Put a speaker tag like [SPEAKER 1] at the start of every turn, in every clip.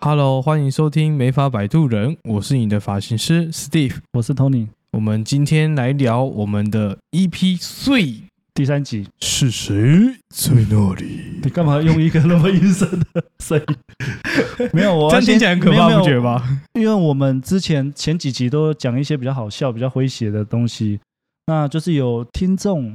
[SPEAKER 1] Hello，欢迎收听《美发摆渡人》，我是你的发型师 Steve。
[SPEAKER 2] 我是 Tony，
[SPEAKER 1] 我们今天来聊我们的 EP 最
[SPEAKER 2] 第三集。
[SPEAKER 1] 是谁在那里？
[SPEAKER 2] 你干嘛用一个那么阴森的声音？ 没有，我
[SPEAKER 1] 这样
[SPEAKER 2] 要
[SPEAKER 1] 听
[SPEAKER 2] 先
[SPEAKER 1] 起来很可怕，
[SPEAKER 2] 没有
[SPEAKER 1] 不
[SPEAKER 2] 没
[SPEAKER 1] 觉
[SPEAKER 2] 有
[SPEAKER 1] 得吗？
[SPEAKER 2] 因为我们之前前几集都讲一些比较好笑、比较诙谐的东西，那就是有听众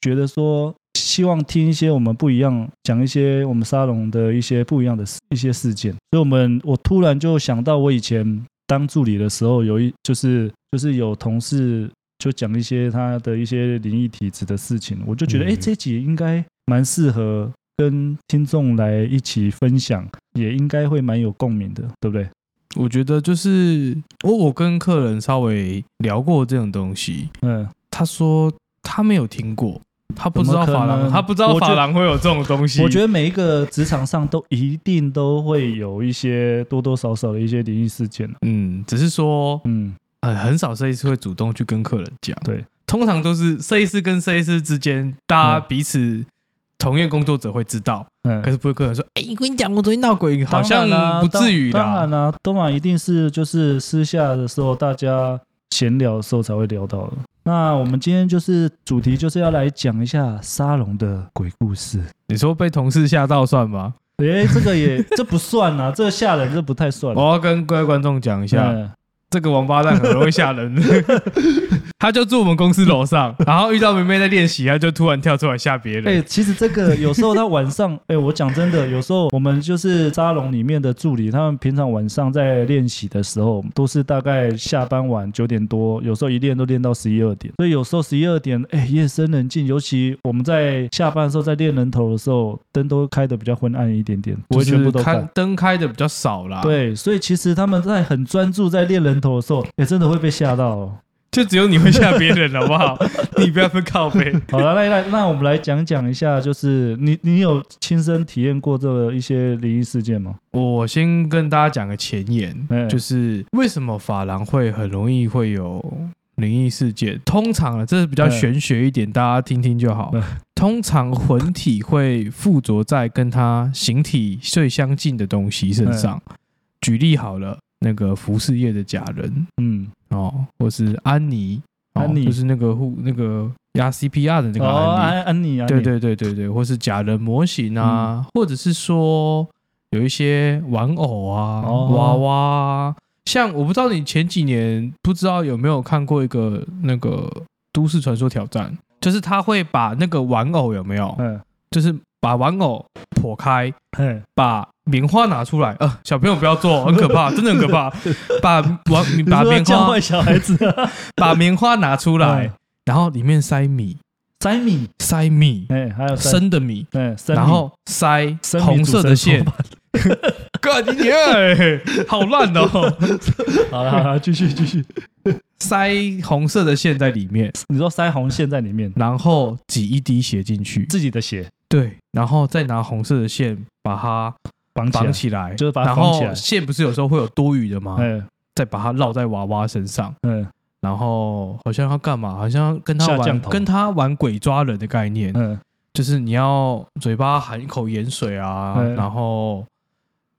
[SPEAKER 2] 觉得说，希望听一些我们不一样，讲一些我们沙龙的一些不一样的事一些事件，所以我们我突然就想到，我以前当助理的时候，有一就是就是有同事就讲一些他的一些灵异体质的事情，我就觉得，
[SPEAKER 1] 嗯
[SPEAKER 2] 哎、这集应该蛮适合。跟听众来一起分享，也应该会蛮有共鸣的，对不对？
[SPEAKER 1] 我觉得就是我我跟客人稍微聊过这种东西，
[SPEAKER 2] 嗯，
[SPEAKER 1] 他说他没有听过，他不知道
[SPEAKER 2] 怎么
[SPEAKER 1] 发
[SPEAKER 2] 可
[SPEAKER 1] 廊，
[SPEAKER 2] 能
[SPEAKER 1] 他不知道
[SPEAKER 2] 我觉
[SPEAKER 1] 发廊会有这种东西。
[SPEAKER 2] 我觉得每一个职场上都一定都会有一些多多少少的一些灵异事件啊
[SPEAKER 1] 嗯，只是说
[SPEAKER 2] 嗯，
[SPEAKER 1] 很呃很少设计师会主动去跟客人讲，
[SPEAKER 2] 对，
[SPEAKER 1] 通常都是设计师跟设计师之间，大家
[SPEAKER 2] 嗯
[SPEAKER 1] 彼此同业工作者会知道，
[SPEAKER 2] 嗯
[SPEAKER 1] 可是不会客人说，哎、我跟你讲，我昨天闹鬼，好
[SPEAKER 2] 当
[SPEAKER 1] 像
[SPEAKER 2] 然啦
[SPEAKER 1] 不至于
[SPEAKER 2] 当当然
[SPEAKER 1] 啦。
[SPEAKER 2] 啦、当然一定是就是私下的时候大家闲聊的时候才会聊到的。那我们今天就是主题就是要来讲一下沙龙的鬼 故事。
[SPEAKER 1] 你说被同事吓到算吗？
[SPEAKER 2] 诶，这个也这不算啊，这个吓人这不太算。
[SPEAKER 1] 我要跟各位观众哦讲一下，
[SPEAKER 2] 嗯
[SPEAKER 1] 这个王八蛋很容易吓人。 他就住我们公司楼上，然后遇到梅梅在练习，他就突然跳出来吓别
[SPEAKER 2] 哎、
[SPEAKER 1] 人。
[SPEAKER 2] 其实这个有时候他晚上， 哎、我讲真的，有时候我们就是沙龙里面的助理，他们平常晚上在练习的时候，都是大概下班晚九点多，有时候一练都练到十一二点，所以有时候十一二点，哎、夜深人静，尤其我们在下班的时候，在练人头的时候，灯都开的比较昏暗一点点，不
[SPEAKER 1] 我
[SPEAKER 2] 会
[SPEAKER 1] 觉
[SPEAKER 2] 全
[SPEAKER 1] 得
[SPEAKER 2] 部都
[SPEAKER 1] 开
[SPEAKER 2] 开。
[SPEAKER 1] 灯开的比较少啦，，
[SPEAKER 2] 对，所以其实他们在很专注在练人头的时候，也、真的会被吓到、哦。
[SPEAKER 1] 就只有你会吓别人，好不 好？你不要分靠背。
[SPEAKER 2] 好了，那那那我们来讲讲一下，就是你你有亲身体验过这个一些灵异事件吗？
[SPEAKER 1] 我先跟大家讲个前言，
[SPEAKER 2] 嗯
[SPEAKER 1] 就是为什么法郎会很容易会有灵异事件。通常啊，这是比较玄学一点，大家听听就好
[SPEAKER 2] 嗯。
[SPEAKER 1] 通常魂体会附着在跟它形体最相近的东西身上。
[SPEAKER 2] 哎
[SPEAKER 1] 举例好了，那个服饰业的假人
[SPEAKER 2] 嗯，
[SPEAKER 1] 哦，或是安妮，哦
[SPEAKER 2] 安妮
[SPEAKER 1] 就是那个护那个压 CPR 的那个
[SPEAKER 2] 哦，
[SPEAKER 1] 安妮，
[SPEAKER 2] 安安妮，安妮
[SPEAKER 1] 对，对对对对，或是假人模型
[SPEAKER 2] 嗯
[SPEAKER 1] 啊，或者是说有一些玩偶啊、
[SPEAKER 2] 哦
[SPEAKER 1] 娃娃啊，像我不知道你前几年不知道有没有看过一个那个都市传说挑战，就是他会把那个玩偶有没有，
[SPEAKER 2] 嗯，
[SPEAKER 1] 就是把玩偶剖开，
[SPEAKER 2] 嘿，
[SPEAKER 1] 把棉花拿出来，呃，小朋友不要做，很可怕，真的很可 怕，把玩
[SPEAKER 2] 你
[SPEAKER 1] 把
[SPEAKER 2] 是要
[SPEAKER 1] 棉
[SPEAKER 2] 教
[SPEAKER 1] 花
[SPEAKER 2] 坏小 孩子啊，
[SPEAKER 1] 把棉花拿出来
[SPEAKER 2] 嗯，
[SPEAKER 1] 然后里面塞米
[SPEAKER 2] 塞米，
[SPEAKER 1] 塞米
[SPEAKER 2] 哎，还有塞，
[SPEAKER 1] 生的米。
[SPEAKER 2] 哎，塞米
[SPEAKER 1] 然后塞
[SPEAKER 2] 生米
[SPEAKER 1] 红色的线
[SPEAKER 2] 煮，
[SPEAKER 1] 干你
[SPEAKER 2] 哎
[SPEAKER 1] 娘！好烂哦！
[SPEAKER 2] 好了，好了，继续继续，
[SPEAKER 1] 塞红色的线在里面，
[SPEAKER 2] 你说塞红线在里面，
[SPEAKER 1] 然后挤一滴血进去，
[SPEAKER 2] 自己的血
[SPEAKER 1] 对，然后再拿红色的线把它
[SPEAKER 2] 绑起
[SPEAKER 1] 绑
[SPEAKER 2] 来，
[SPEAKER 1] 起来，
[SPEAKER 2] 就是把它
[SPEAKER 1] 然
[SPEAKER 2] 绑起
[SPEAKER 1] 后
[SPEAKER 2] 来
[SPEAKER 1] 线不是有时候会有多余的吗？
[SPEAKER 2] 哎，
[SPEAKER 1] 再把它绕在娃娃身上，
[SPEAKER 2] 嗯
[SPEAKER 1] 然后好像要干嘛？好像跟他
[SPEAKER 2] 下降
[SPEAKER 1] 玩
[SPEAKER 2] 头
[SPEAKER 1] 跟他玩鬼抓人的概念，
[SPEAKER 2] 嗯，
[SPEAKER 1] 就是你要嘴巴含一口盐水啊，
[SPEAKER 2] 嗯
[SPEAKER 1] 然后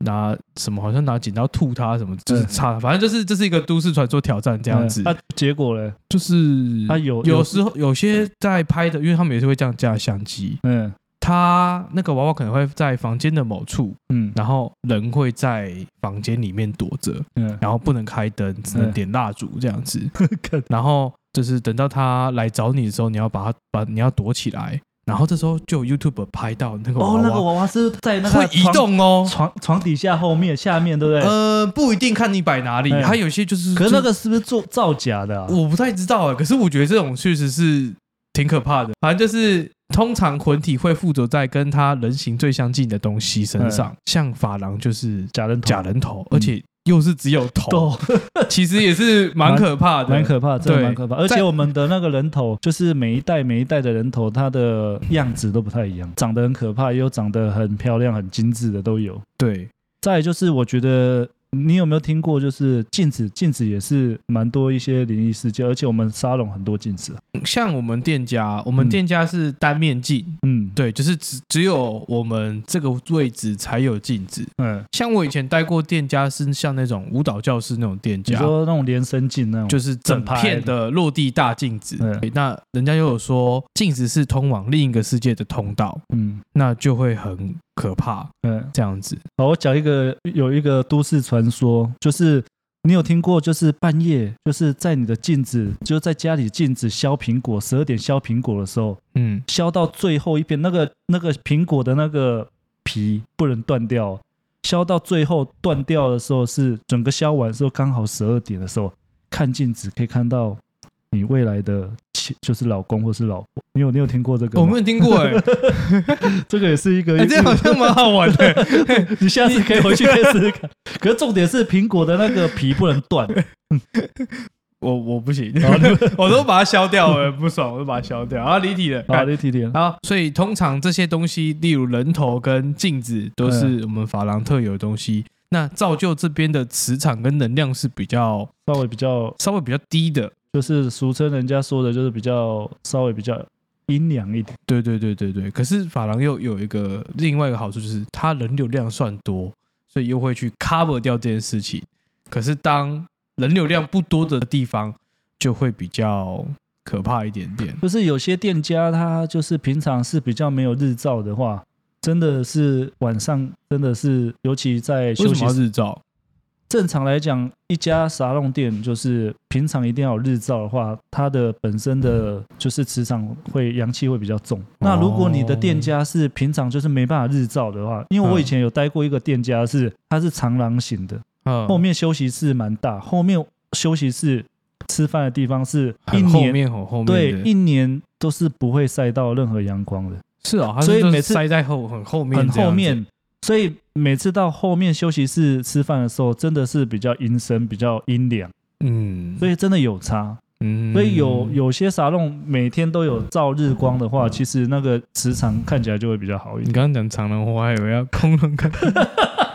[SPEAKER 1] 拿什么好像拿剪刀吐它什么，就是
[SPEAKER 2] 嗯
[SPEAKER 1] 差，反正就是这是一个都市传说挑战这样子。
[SPEAKER 2] 嗯啊，结果嘞，
[SPEAKER 1] 就是
[SPEAKER 2] 啊有
[SPEAKER 1] 有时候有些在拍的，因为他们也是会这样架相机，
[SPEAKER 2] 嗯
[SPEAKER 1] 他那个娃娃可能会在房间的某处，
[SPEAKER 2] 嗯
[SPEAKER 1] 然后人会在房间里面躲着，
[SPEAKER 2] 嗯，
[SPEAKER 1] 然后不能开灯，只能点蜡烛这样子，
[SPEAKER 2] 看
[SPEAKER 1] 然后就是等到他来找你的时候，你要把他把你要躲起来。然后这时候就有 YouTube 拍到那个娃
[SPEAKER 2] 哦，那个
[SPEAKER 1] 娃
[SPEAKER 2] 娃娃是在那个
[SPEAKER 1] 会移
[SPEAKER 2] 床
[SPEAKER 1] 动哦，
[SPEAKER 2] 床床底下后面下面，对不对？
[SPEAKER 1] 呃，不一定看你摆哪里，啊
[SPEAKER 2] 嗯
[SPEAKER 1] 它有些就是，
[SPEAKER 2] 可是那个是不是做造假的啊？
[SPEAKER 1] 我不太知道啊，可是我觉得这种确实是挺可怕的。反正就是，通常魂体会附着在跟它人形最相近的东西身上，像法郎就是
[SPEAKER 2] 假人头
[SPEAKER 1] 假人头，而且又是只有头，
[SPEAKER 2] 头，
[SPEAKER 1] 其实也是蛮可怕的，
[SPEAKER 2] 蛮可怕，真的
[SPEAKER 1] 对
[SPEAKER 2] 蛮可怕。而
[SPEAKER 1] 在
[SPEAKER 2] 且我们的那个人头，就是每一代每一代的人头，它的样子都不太一样，长得很可怕，也有长得很漂亮、很精致的都有。
[SPEAKER 1] 对，
[SPEAKER 2] 再来就是，我觉得你有没有听过，就是镜子，镜子也是蛮多一些灵异事件，而且我们沙龙很多镜子，
[SPEAKER 1] 像我们店家，我们
[SPEAKER 2] 嗯
[SPEAKER 1] 店家是单面镜，
[SPEAKER 2] 嗯，
[SPEAKER 1] 对，就是只只有我们这个位置才有镜子。
[SPEAKER 2] 嗯，
[SPEAKER 1] 像我以前待过店家是像那种舞蹈教室那种店
[SPEAKER 2] 你
[SPEAKER 1] 家，
[SPEAKER 2] 说那种连身镜那种，
[SPEAKER 1] 就是整片的落地大镜子
[SPEAKER 2] 嗯。
[SPEAKER 1] 对那人家又有说镜子是通往另一个世界的通道，
[SPEAKER 2] 嗯
[SPEAKER 1] 那就会很可怕
[SPEAKER 2] 嗯。
[SPEAKER 1] 这样子。
[SPEAKER 2] 好，我讲一个有一个都市传说，就是你有听过，就是半夜就是在你的镜子，就是在家里镜子削苹果，十二点削苹果的时候，
[SPEAKER 1] 嗯，
[SPEAKER 2] 削到最后一片，那个那个苹果的那个皮不能断掉，削到最后断掉的时候是整个削完的时候刚好十二点的时候，看镜子可以看到你未来的妻就是老公或是老婆。你有你有听过这个
[SPEAKER 1] 我
[SPEAKER 2] 吗？
[SPEAKER 1] 没有听 过哎、
[SPEAKER 2] 这个也是一个，
[SPEAKER 1] 哎这好像蛮好玩的、
[SPEAKER 2] 你下次可以回去可以试试看。 可是重点是苹果的那个皮不能 断，
[SPEAKER 1] 我我不行
[SPEAKER 2] 好你，
[SPEAKER 1] 我都把它消掉了，不爽我就把它消掉。啊，离题了。
[SPEAKER 2] 好，立体点。
[SPEAKER 1] 好，所以通常这些东西，例如人头跟镜子，都是我们法郎特有的东西。那造就这边的磁场跟能量是比较
[SPEAKER 2] 稍微比较，
[SPEAKER 1] 稍微比较低的。
[SPEAKER 2] 就是俗称人家说的，就是比较稍微比较阴凉一点。
[SPEAKER 1] 对对对对对。可是法郎又有一个另外一个好处，就是它人流量算多，所以又会去 cover 掉这件事情。可是当人流量不多的地方，就会比较可怕一点点。
[SPEAKER 2] 就是有些店家他就是平常是比较没有日照的话，真的是晚上真的是，尤其在
[SPEAKER 1] 为
[SPEAKER 2] 休
[SPEAKER 1] 什
[SPEAKER 2] 息
[SPEAKER 1] 么要
[SPEAKER 2] 时。
[SPEAKER 1] 日照？
[SPEAKER 2] 正常来讲，一家沙龙店就是平常一定要有日照的话，它的本身的
[SPEAKER 1] 嗯
[SPEAKER 2] 就是磁场会阳气会比较
[SPEAKER 1] 哦
[SPEAKER 2] 重。那如果你的店家是平常就是没办法日照的话，因为我以前有待过一个店家是它是长廊型的，
[SPEAKER 1] 嗯，
[SPEAKER 2] 后面休息室蛮大，后面休息室吃饭的地方是一
[SPEAKER 1] 嗯很后
[SPEAKER 2] 年
[SPEAKER 1] 面很后面
[SPEAKER 2] 对
[SPEAKER 1] 的
[SPEAKER 2] 一年都是不会晒到任何阳光的。
[SPEAKER 1] 是哦，它
[SPEAKER 2] 所以
[SPEAKER 1] 是就是
[SPEAKER 2] 每次
[SPEAKER 1] 塞在后很后面，
[SPEAKER 2] 很后。面，所以每次到后面休息室吃饭的时候，真的是比较阴森、比较阴凉，
[SPEAKER 1] 嗯，
[SPEAKER 2] 所以真的有差。
[SPEAKER 1] 嗯
[SPEAKER 2] 所以有有些沙龙每天都有照日光的话，其实那个磁场看起来就会比较好一
[SPEAKER 1] 你
[SPEAKER 2] 点。
[SPEAKER 1] 刚刚讲长龙，我还以为要空龙干，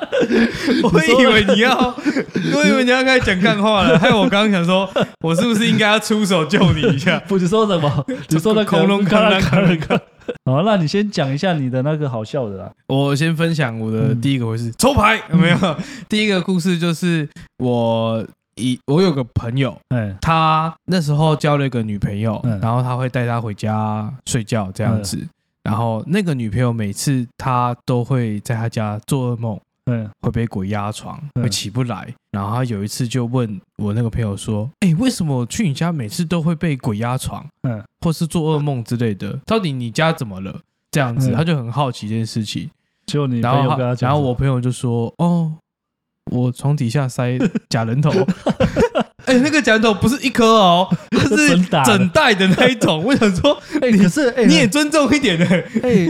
[SPEAKER 1] 我
[SPEAKER 2] 说
[SPEAKER 1] 以为你要， 我以为你要开始讲干话了，害我刚刚想说，我是不是应该要出手救你一下？
[SPEAKER 2] 不，你说什么？你说的
[SPEAKER 1] 空中
[SPEAKER 2] 看
[SPEAKER 1] 看
[SPEAKER 2] 了
[SPEAKER 1] 了
[SPEAKER 2] 看
[SPEAKER 1] 看
[SPEAKER 2] 了
[SPEAKER 1] 了
[SPEAKER 2] 看。好，那你先讲一下你的那个好笑的啦。
[SPEAKER 1] 我先分享我的
[SPEAKER 2] 嗯
[SPEAKER 1] 第一个回事，抽牌有没有？第一个故事就是我一我有个朋友，
[SPEAKER 2] 哎，
[SPEAKER 1] 他那时候交了一个女朋友，
[SPEAKER 2] 嗯
[SPEAKER 1] 然后他会带她回家睡觉这样子。然后那个女朋友每次他都会在他家做噩梦，
[SPEAKER 2] 嗯，
[SPEAKER 1] 会被鬼压床，
[SPEAKER 2] 嗯
[SPEAKER 1] 会起不来。然后他有一次就问我那个朋友说：“哎，为什么我去你家每次都会被鬼压床？
[SPEAKER 2] 嗯
[SPEAKER 1] 嗯，或是做噩梦之类的？到底你家怎么了？”这样子，
[SPEAKER 2] 嗯
[SPEAKER 1] 他就很好奇这件事情。
[SPEAKER 2] 就你
[SPEAKER 1] 然
[SPEAKER 2] 朋友
[SPEAKER 1] 后
[SPEAKER 2] 跟他
[SPEAKER 1] 他，
[SPEAKER 2] 讲，
[SPEAKER 1] 然后我朋友就说：“哦，我床底下 塞假人头。” 哎、那个假人头不是一颗 哦，它是
[SPEAKER 2] 整打的
[SPEAKER 1] 整袋的那一种。我想 说，
[SPEAKER 2] 哎，可是哎，
[SPEAKER 1] 你也尊重一点欸的。
[SPEAKER 2] 哎，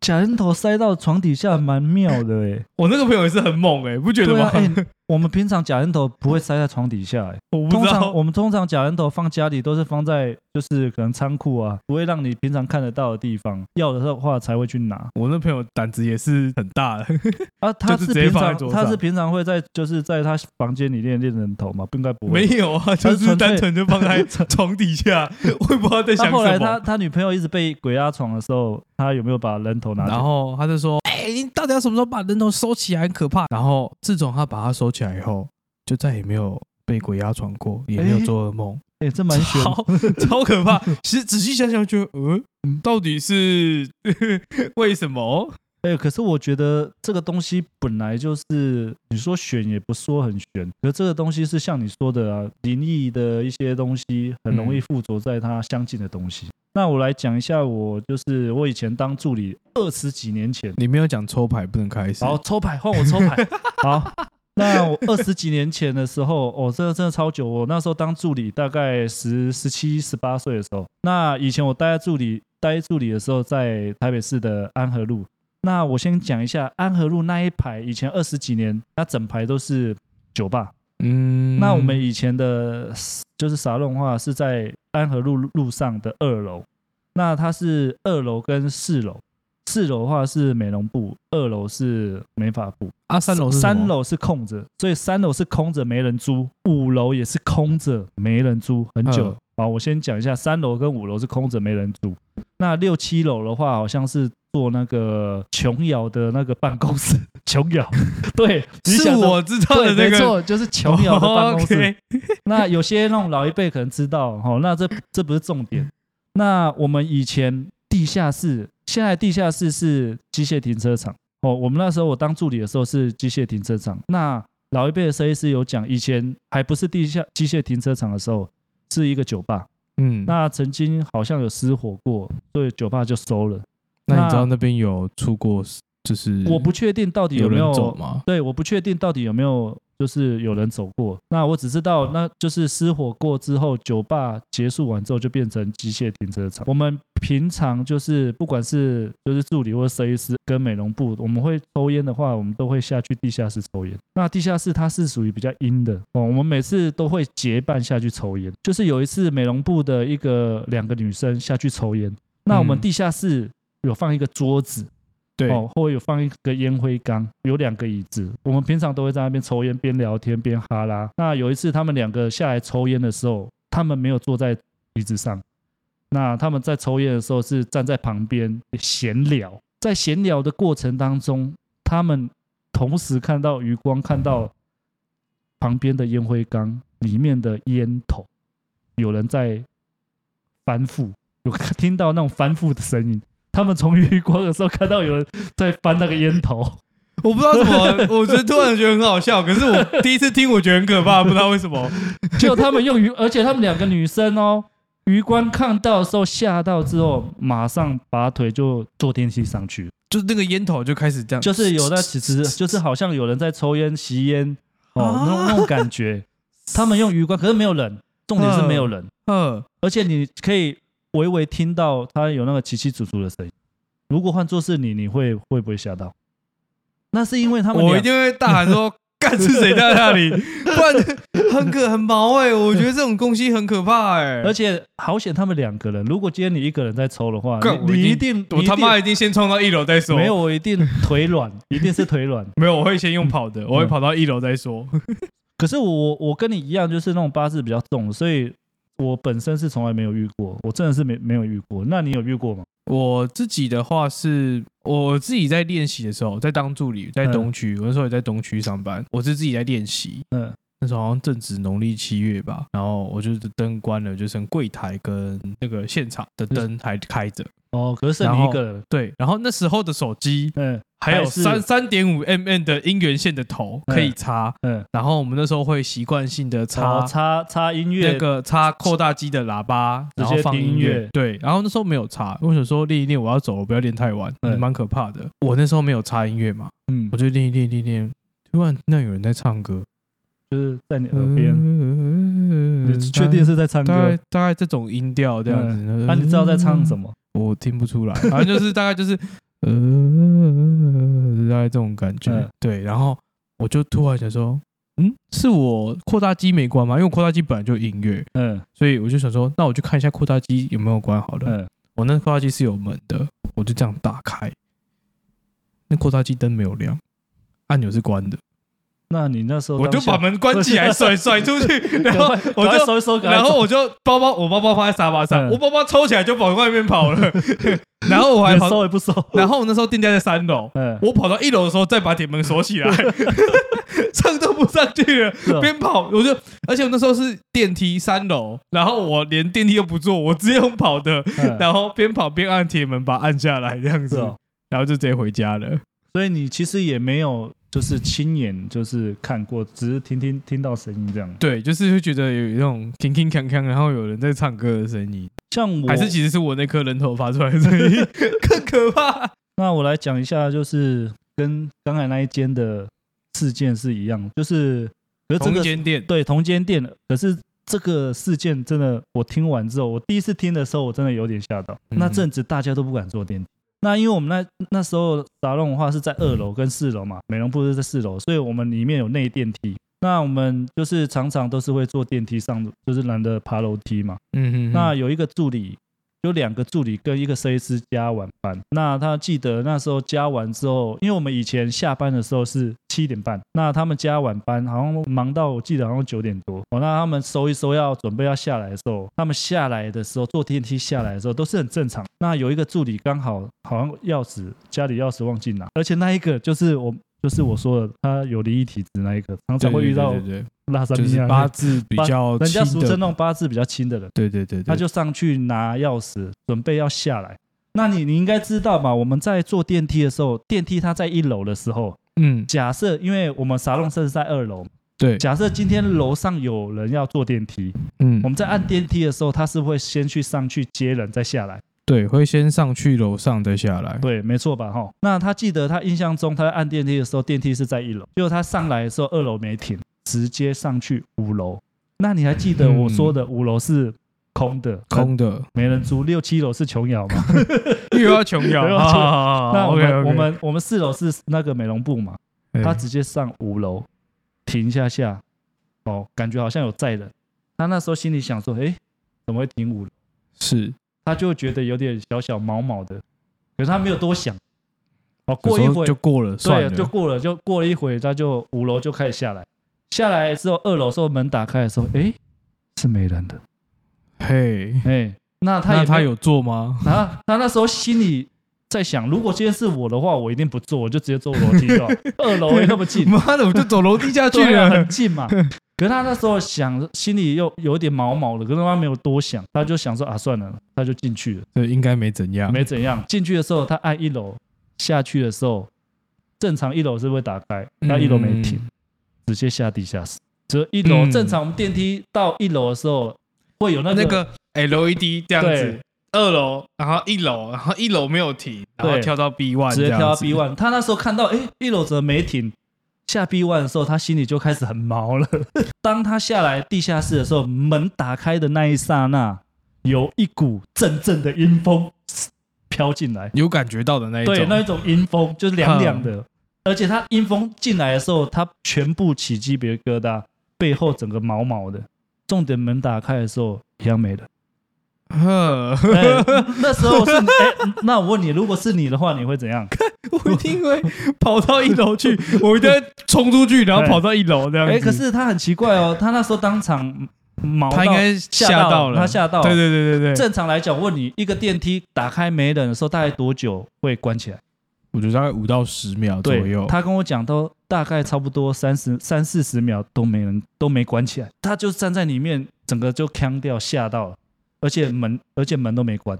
[SPEAKER 2] 假人头塞到床底下蛮妙的 哎。
[SPEAKER 1] 我那个朋友也是很猛哎、不觉得
[SPEAKER 2] 对
[SPEAKER 1] 吗？
[SPEAKER 2] 啊，哎，我们平常假人头不会塞在床底下哎。
[SPEAKER 1] 我不
[SPEAKER 2] 通
[SPEAKER 1] 知
[SPEAKER 2] 常
[SPEAKER 1] 道。
[SPEAKER 2] 我们通常假人头放家里都是放在就是可能仓库啊，不会让你平常看得到的地方，要的话才会去拿。
[SPEAKER 1] 我那朋友胆子也是很大的，
[SPEAKER 2] 啊，他
[SPEAKER 1] 就是是直接
[SPEAKER 2] 平
[SPEAKER 1] 放在
[SPEAKER 2] 常
[SPEAKER 1] 桌
[SPEAKER 2] 他
[SPEAKER 1] 上
[SPEAKER 2] 是平常会在就是在他房间里练练人头嘛，不应该不会。
[SPEAKER 1] 没有啊，
[SPEAKER 2] 他
[SPEAKER 1] 就是是
[SPEAKER 2] 纯粹
[SPEAKER 1] 单纯就放在床底 下，我也不知道在想
[SPEAKER 2] 那后
[SPEAKER 1] 什
[SPEAKER 2] 来他
[SPEAKER 1] 么。
[SPEAKER 2] 他女朋友一直被鬼压床的时候，他有没有把人头拿走？
[SPEAKER 1] 然后他就说：“哎、你到底要什么时候把人头收起来？很可怕。”然后自从他把它收起来以后，就再也没有被鬼压床过，也没有做噩梦。
[SPEAKER 2] 哎、这蛮悬的。
[SPEAKER 1] 超 超可怕。其实仔细想想，觉得呃，到底是 为什么？
[SPEAKER 2] 哎、可是我觉得这个东西本来就是，你说悬也不说很悬，可是这个东西是像你说的啊，灵异的一些东西很容易附着在它相近的东西。那我来讲一下，我就是我以前当助理二十几年前，
[SPEAKER 1] 你没有讲抽牌不能开始
[SPEAKER 2] 好抽牌换我抽牌，好。那我二十几年前的时候，哦，这个真的超久。我那时候当助理，大概十十七、十八岁的时候。那以前我待在助理待助理的时候，在台北市的安和路。那我先讲一下安和路那一排，以前二十几年，那整排都是酒吧。
[SPEAKER 1] 嗯
[SPEAKER 2] 那我们以前的就是沙龙话是在安和路路上的二楼，那它是二楼跟四楼，四楼的话是美容部，二楼是美发部。
[SPEAKER 1] 啊，三楼是什么
[SPEAKER 2] 三，楼是空着，所以三楼是空着没人租，五楼也是空着没人租，很久。
[SPEAKER 1] 嗯
[SPEAKER 2] 好，我先讲一下，三楼跟五楼是空着没人租，那六七楼的话好像是做那个琼瑶的那个办公室， 琼 瑶，对，你
[SPEAKER 1] 是
[SPEAKER 2] 想到
[SPEAKER 1] 我知道
[SPEAKER 2] 对，
[SPEAKER 1] 的那
[SPEAKER 2] 没
[SPEAKER 1] 个哦
[SPEAKER 2] 错，就是琼瑶的 办公室。
[SPEAKER 1] OK
[SPEAKER 2] 那有些那种老一辈可能知道，哦，那这这不是重点。那我们以前地下室，现在地下室是机械停车场。哦，我们那时候我当助理的时候是机械停车场。那老一辈的设计师有讲，以前还不是地下机械停车场的时候，是一个酒吧。
[SPEAKER 1] 嗯，那
[SPEAKER 2] 那曾经好像有失火过，所以酒吧就收了。
[SPEAKER 1] 那你知道那边有出过就是
[SPEAKER 2] 我不确定到底有没
[SPEAKER 1] 人
[SPEAKER 2] 有
[SPEAKER 1] 走吗？
[SPEAKER 2] 对，我不确定到底有没有就是有人走过。那我只知道，那就是失火过之后，酒吧结束完之后就变成机械停车场。我们平常就是不管是就是助理或设计师跟美容部，我们会抽烟的话，我们都会下去地下室抽烟。那地下室它是属于比较阴的哦，我们每次都会结伴下去抽烟。就是有一次美容部的一个两个女生下去抽烟，那我们
[SPEAKER 1] 嗯
[SPEAKER 2] 地下室有放一个桌子。
[SPEAKER 1] 对，
[SPEAKER 2] 哦，或有放一个烟灰缸，有两个椅子。我们平常都会在那边抽烟，边聊天边哈拉。那有一次他们两个下来抽烟的时候，他们没有坐在椅子上，那他们在抽烟的时候是站在旁边闲聊。在闲聊的过程当中，他们同时看到余光看到旁边的烟灰缸里面的烟头，有人在翻覆，有听到那种翻覆的声音。他们从余光的时候看到有人在翻那个烟头，
[SPEAKER 1] 我不知道怎么，我觉得突然觉得很好笑，可是我第一次听我觉得很可怕，不知道为什么。
[SPEAKER 2] 就他们用余，而且他们两个女生哦，余光看到的时候吓到之后，马上拔腿就坐电梯上去，
[SPEAKER 1] 就是那个烟头就开始这样，
[SPEAKER 2] 就是有那 其实就是好像有人在抽烟吸烟哦，那种那种感觉。他们用余光，可是没有人，重点是没有人，
[SPEAKER 1] 嗯，
[SPEAKER 2] 而且你可以微微听到他有那个起起楚楚的声音。如果换作是你，你会会不会吓到？那是因为他们
[SPEAKER 1] 我
[SPEAKER 2] 俩
[SPEAKER 1] 一定会大喊说：“干是谁在那里？”不然很可很毛哎、我觉得这种东西很可怕哎、
[SPEAKER 2] 而且好险，他们两个人。如果今天你一个人在抽的话，
[SPEAKER 1] 干
[SPEAKER 2] 你
[SPEAKER 1] 我
[SPEAKER 2] 你
[SPEAKER 1] 一
[SPEAKER 2] 一定，
[SPEAKER 1] 我
[SPEAKER 2] 你
[SPEAKER 1] 他
[SPEAKER 2] 一定
[SPEAKER 1] 妈一哦定先冲到一楼再说。
[SPEAKER 2] 没有，我一定腿软， 一定是腿软。
[SPEAKER 1] 没有，我会先用跑的，我会跑到一楼再说。
[SPEAKER 2] 可是我我我跟你一样，就是那种八字比较重，所以我本身是从来没有遇过，我真的是没没有遇过。那你有遇过吗？
[SPEAKER 1] 我自己的话是，我自己在练习的时候，在当助理，在东区，我那时候也在东区上班，我是自己在练习。
[SPEAKER 2] 嗯，
[SPEAKER 1] 那时候好像正值农历七月吧，然后我就是灯关了，就剩柜台跟那个现场的
[SPEAKER 2] 嗯
[SPEAKER 1] 灯还开着。
[SPEAKER 2] 哦，可是剩你一个人，
[SPEAKER 1] 对，然后那时候的手机
[SPEAKER 2] 嗯
[SPEAKER 1] 还有
[SPEAKER 2] 还是
[SPEAKER 1] 三三点五 mm 的音源线的头可以插，
[SPEAKER 2] 嗯，哦
[SPEAKER 1] 然后我们那时候会习惯性的插
[SPEAKER 2] 插插插音乐，
[SPEAKER 1] 那个插扩大机的喇叭，
[SPEAKER 2] 直
[SPEAKER 1] 然
[SPEAKER 2] 接
[SPEAKER 1] 后放
[SPEAKER 2] 听
[SPEAKER 1] 音
[SPEAKER 2] 音
[SPEAKER 1] 乐
[SPEAKER 2] 乐。
[SPEAKER 1] 对，然后那时候没有插，我想说练一练，我要走了，不要练太晚，
[SPEAKER 2] 嗯
[SPEAKER 1] 蛮可怕的。我那时候没有插音乐嘛，
[SPEAKER 2] 嗯
[SPEAKER 1] 我，就练一练练一练，突然那有人在唱歌，
[SPEAKER 2] 就是在你耳边。
[SPEAKER 1] 边
[SPEAKER 2] 你确定？是在唱
[SPEAKER 1] 嗯大概
[SPEAKER 2] 歌？
[SPEAKER 1] 大概这种音调这样子，
[SPEAKER 2] 那你知道在唱什
[SPEAKER 1] 么？
[SPEAKER 2] 么？
[SPEAKER 1] 我听不出来，反正就是大概就是呃，大概这种感觉。
[SPEAKER 2] 嗯
[SPEAKER 1] 对，然后我就突然想说，嗯，是我扩大机没关吗？因为我扩大机本来就有音乐，
[SPEAKER 2] 嗯
[SPEAKER 1] 所以我就想说，那我去看一下扩大机有没有关好了。
[SPEAKER 2] 嗯，
[SPEAKER 1] 我那扩大机是有门的，我就这样打开，那扩大机灯没有亮，按钮是关的，
[SPEAKER 2] 那你那时候
[SPEAKER 1] 我就
[SPEAKER 2] 当下
[SPEAKER 1] 把门关起来，甩甩出 去，然后
[SPEAKER 2] 赶快
[SPEAKER 1] 我
[SPEAKER 2] 赶快
[SPEAKER 1] 就
[SPEAKER 2] 收一收，赶快
[SPEAKER 1] 然
[SPEAKER 2] 走
[SPEAKER 1] 后我就包包，我包包放在沙发上，
[SPEAKER 2] 嗯
[SPEAKER 1] 我包包抽起来就往外面跑了， 然后我还
[SPEAKER 2] 连
[SPEAKER 1] 跑，
[SPEAKER 2] 收也不收。
[SPEAKER 1] 然后我那时候店家在三楼，
[SPEAKER 2] 嗯，
[SPEAKER 1] 我跑到一楼的时候再把铁门锁起 来，上都不上去了，
[SPEAKER 2] 是哦
[SPEAKER 1] 边跑我就，而且我那时候是电梯三楼，然后我连电梯都不坐，我直接用跑的，
[SPEAKER 2] 嗯
[SPEAKER 1] 然后边跑边按铁门把它按下来这样
[SPEAKER 2] 是
[SPEAKER 1] 子，
[SPEAKER 2] 哦
[SPEAKER 1] 然后就直接回家了。
[SPEAKER 2] 所以你其实也没有就是亲眼就是看过，只是听听听到声音这样。
[SPEAKER 1] 对，就是会觉得有那种铿铿锵锵，然后有人在唱歌的声音，
[SPEAKER 2] 像我
[SPEAKER 1] 还是其实是我那颗人头发出来的声音，更可怕。
[SPEAKER 2] 那我来讲一下，就是跟刚才那一间的事件是一样，就是可是这
[SPEAKER 1] 同一
[SPEAKER 2] 个
[SPEAKER 1] 间店，
[SPEAKER 2] 对同间店，可是这个事件真的，我听完之后，我第一次听的时候，我真的有点吓到。
[SPEAKER 1] 嗯
[SPEAKER 2] 那阵子大家都不敢坐电梯。那因为我们那那时候沙龙的话是在二楼跟四楼嘛，美容部是在四楼，所以我们里面有内电梯。那我们就是常常都是会坐电梯上，就是懒得爬楼梯嘛。
[SPEAKER 1] 嗯哼哼
[SPEAKER 2] 那有一个助理，有两个助理跟一个设计师加晚班。那他记得那时候加完之后，因为我们以前下班的时候是七点半，那他们加晚班好像忙到我记得好像九点多。哦，那他们收一收要准备要下来的时候，他们下来的时候坐电梯下来的时候都是很正常。那有一个助理刚好好像钥匙家里钥匙忘记拿，而且那一个就是我。就是我说的，他有离异体质那一个，常常会遇到
[SPEAKER 1] 对对
[SPEAKER 2] 拉萨
[SPEAKER 1] 对，就
[SPEAKER 2] 米
[SPEAKER 1] 是
[SPEAKER 2] 亚
[SPEAKER 1] 八字比较
[SPEAKER 2] 人家
[SPEAKER 1] 轻
[SPEAKER 2] 俗
[SPEAKER 1] 的
[SPEAKER 2] 称那种八字比较轻的人，
[SPEAKER 1] 对对对，对
[SPEAKER 2] 他就上去拿钥匙，准备要下来。那你你应该知道嘛？我们在坐电梯的时候，电梯它在一楼的时候，
[SPEAKER 1] 嗯
[SPEAKER 2] 假设因为我们沙龙社是在二楼，
[SPEAKER 1] 对
[SPEAKER 2] 假设今天楼上有人要坐电梯，
[SPEAKER 1] 嗯
[SPEAKER 2] 我们在按电梯的时候，他是会先去上去接人再下来。
[SPEAKER 1] 对，会先上去楼上再下来，
[SPEAKER 2] 对，没错吧？哈，那他记得他印象中他在按电梯的时候，电梯是在一楼，结果他上来的时候二楼没停，直接上去五楼。那你还记得我说的五楼是空的，
[SPEAKER 1] 空的
[SPEAKER 2] 没人租，六七楼是琼瑶嘛？
[SPEAKER 1] 又要琼瑶，
[SPEAKER 2] 又要
[SPEAKER 1] 好
[SPEAKER 2] 琼
[SPEAKER 1] 好好好
[SPEAKER 2] 那我
[SPEAKER 1] OK，
[SPEAKER 2] 们
[SPEAKER 1] OK
[SPEAKER 2] 我们我们四楼是那个美容部嘛，
[SPEAKER 1] 对
[SPEAKER 2] 他直接上五楼停一下下，哦，感觉好像有载人。他那时候心里想说，诶，怎么会停五楼？
[SPEAKER 1] 是
[SPEAKER 2] 他就觉得有点小小毛毛的，可是他没有多想。哦，过
[SPEAKER 1] 有
[SPEAKER 2] 一
[SPEAKER 1] 时候
[SPEAKER 2] 会
[SPEAKER 1] 就过了，算
[SPEAKER 2] 对，啊
[SPEAKER 1] 了，
[SPEAKER 2] 就过了，就过了一会，他就五楼就开始下来，下来之后二楼时候门打开的时候，诶，是没人的，
[SPEAKER 1] 嘿，
[SPEAKER 2] 诶，那他
[SPEAKER 1] 那
[SPEAKER 2] 也
[SPEAKER 1] 他
[SPEAKER 2] 没
[SPEAKER 1] 有做吗？
[SPEAKER 2] 啊，他那时候心里在想，如果今天是我的话，我一定不做，我就直接坐楼梯 了。二楼也那么近，
[SPEAKER 1] 妈的，我就走楼梯下去
[SPEAKER 2] 对啊，
[SPEAKER 1] 了
[SPEAKER 2] 很。近嘛。可是他那时候想，心里又有点毛毛的，可是他没有多想，他就想说啊，算了，他就进去了，
[SPEAKER 1] 对，应 该没怎样。
[SPEAKER 2] 没怎样。进去的时候，他按一楼，下去的时候，正常一楼是会打开，他一楼没停，
[SPEAKER 1] 嗯
[SPEAKER 2] 直接下地下室。只有一楼、
[SPEAKER 1] 嗯
[SPEAKER 2] 正常，我们电梯到一楼的时候会有那个
[SPEAKER 1] 那个 LED 这样
[SPEAKER 2] 对
[SPEAKER 1] 子，二楼，然后一楼，然后一楼没有停，然后
[SPEAKER 2] 对
[SPEAKER 1] 跳到 B one，
[SPEAKER 2] 直接跳到 B one。他那时候看到，哎、一楼怎么没停？下 B one 的时候，他心里就开始很毛了。 当他下来地下室的时候，门打开的那一刹那，有一股阵阵的阴风飘进来，
[SPEAKER 1] 有感觉到的那一种。
[SPEAKER 2] 对，那一种阴风就是凉凉的。而且他阴风进来的时候，他全部起鸡皮疙瘩，背后整个毛毛的。重点门打开的时候，一样没了。
[SPEAKER 1] 呵，
[SPEAKER 2] 哎那时候是，哎，那我问你，如果是你的话，你会怎样？
[SPEAKER 1] 我一定 会跑到一楼去，我一定会冲出去，然后跑到一楼这样子。
[SPEAKER 2] 哎、可是他很奇怪哦，他那时候当场毛到
[SPEAKER 1] 他应该
[SPEAKER 2] 吓
[SPEAKER 1] 到
[SPEAKER 2] 他吓到。
[SPEAKER 1] 对对对对对，
[SPEAKER 2] 正常来讲，问你一个电梯打开没人的时候，大概多久会关起来？
[SPEAKER 1] 我觉得大概五到十秒左
[SPEAKER 2] 对
[SPEAKER 1] 右，。
[SPEAKER 2] 他跟我讲都大概差不多三十三四十秒都没人都没关起来，他就站在里面，整个就腔掉吓到了，而且门而且门都没关，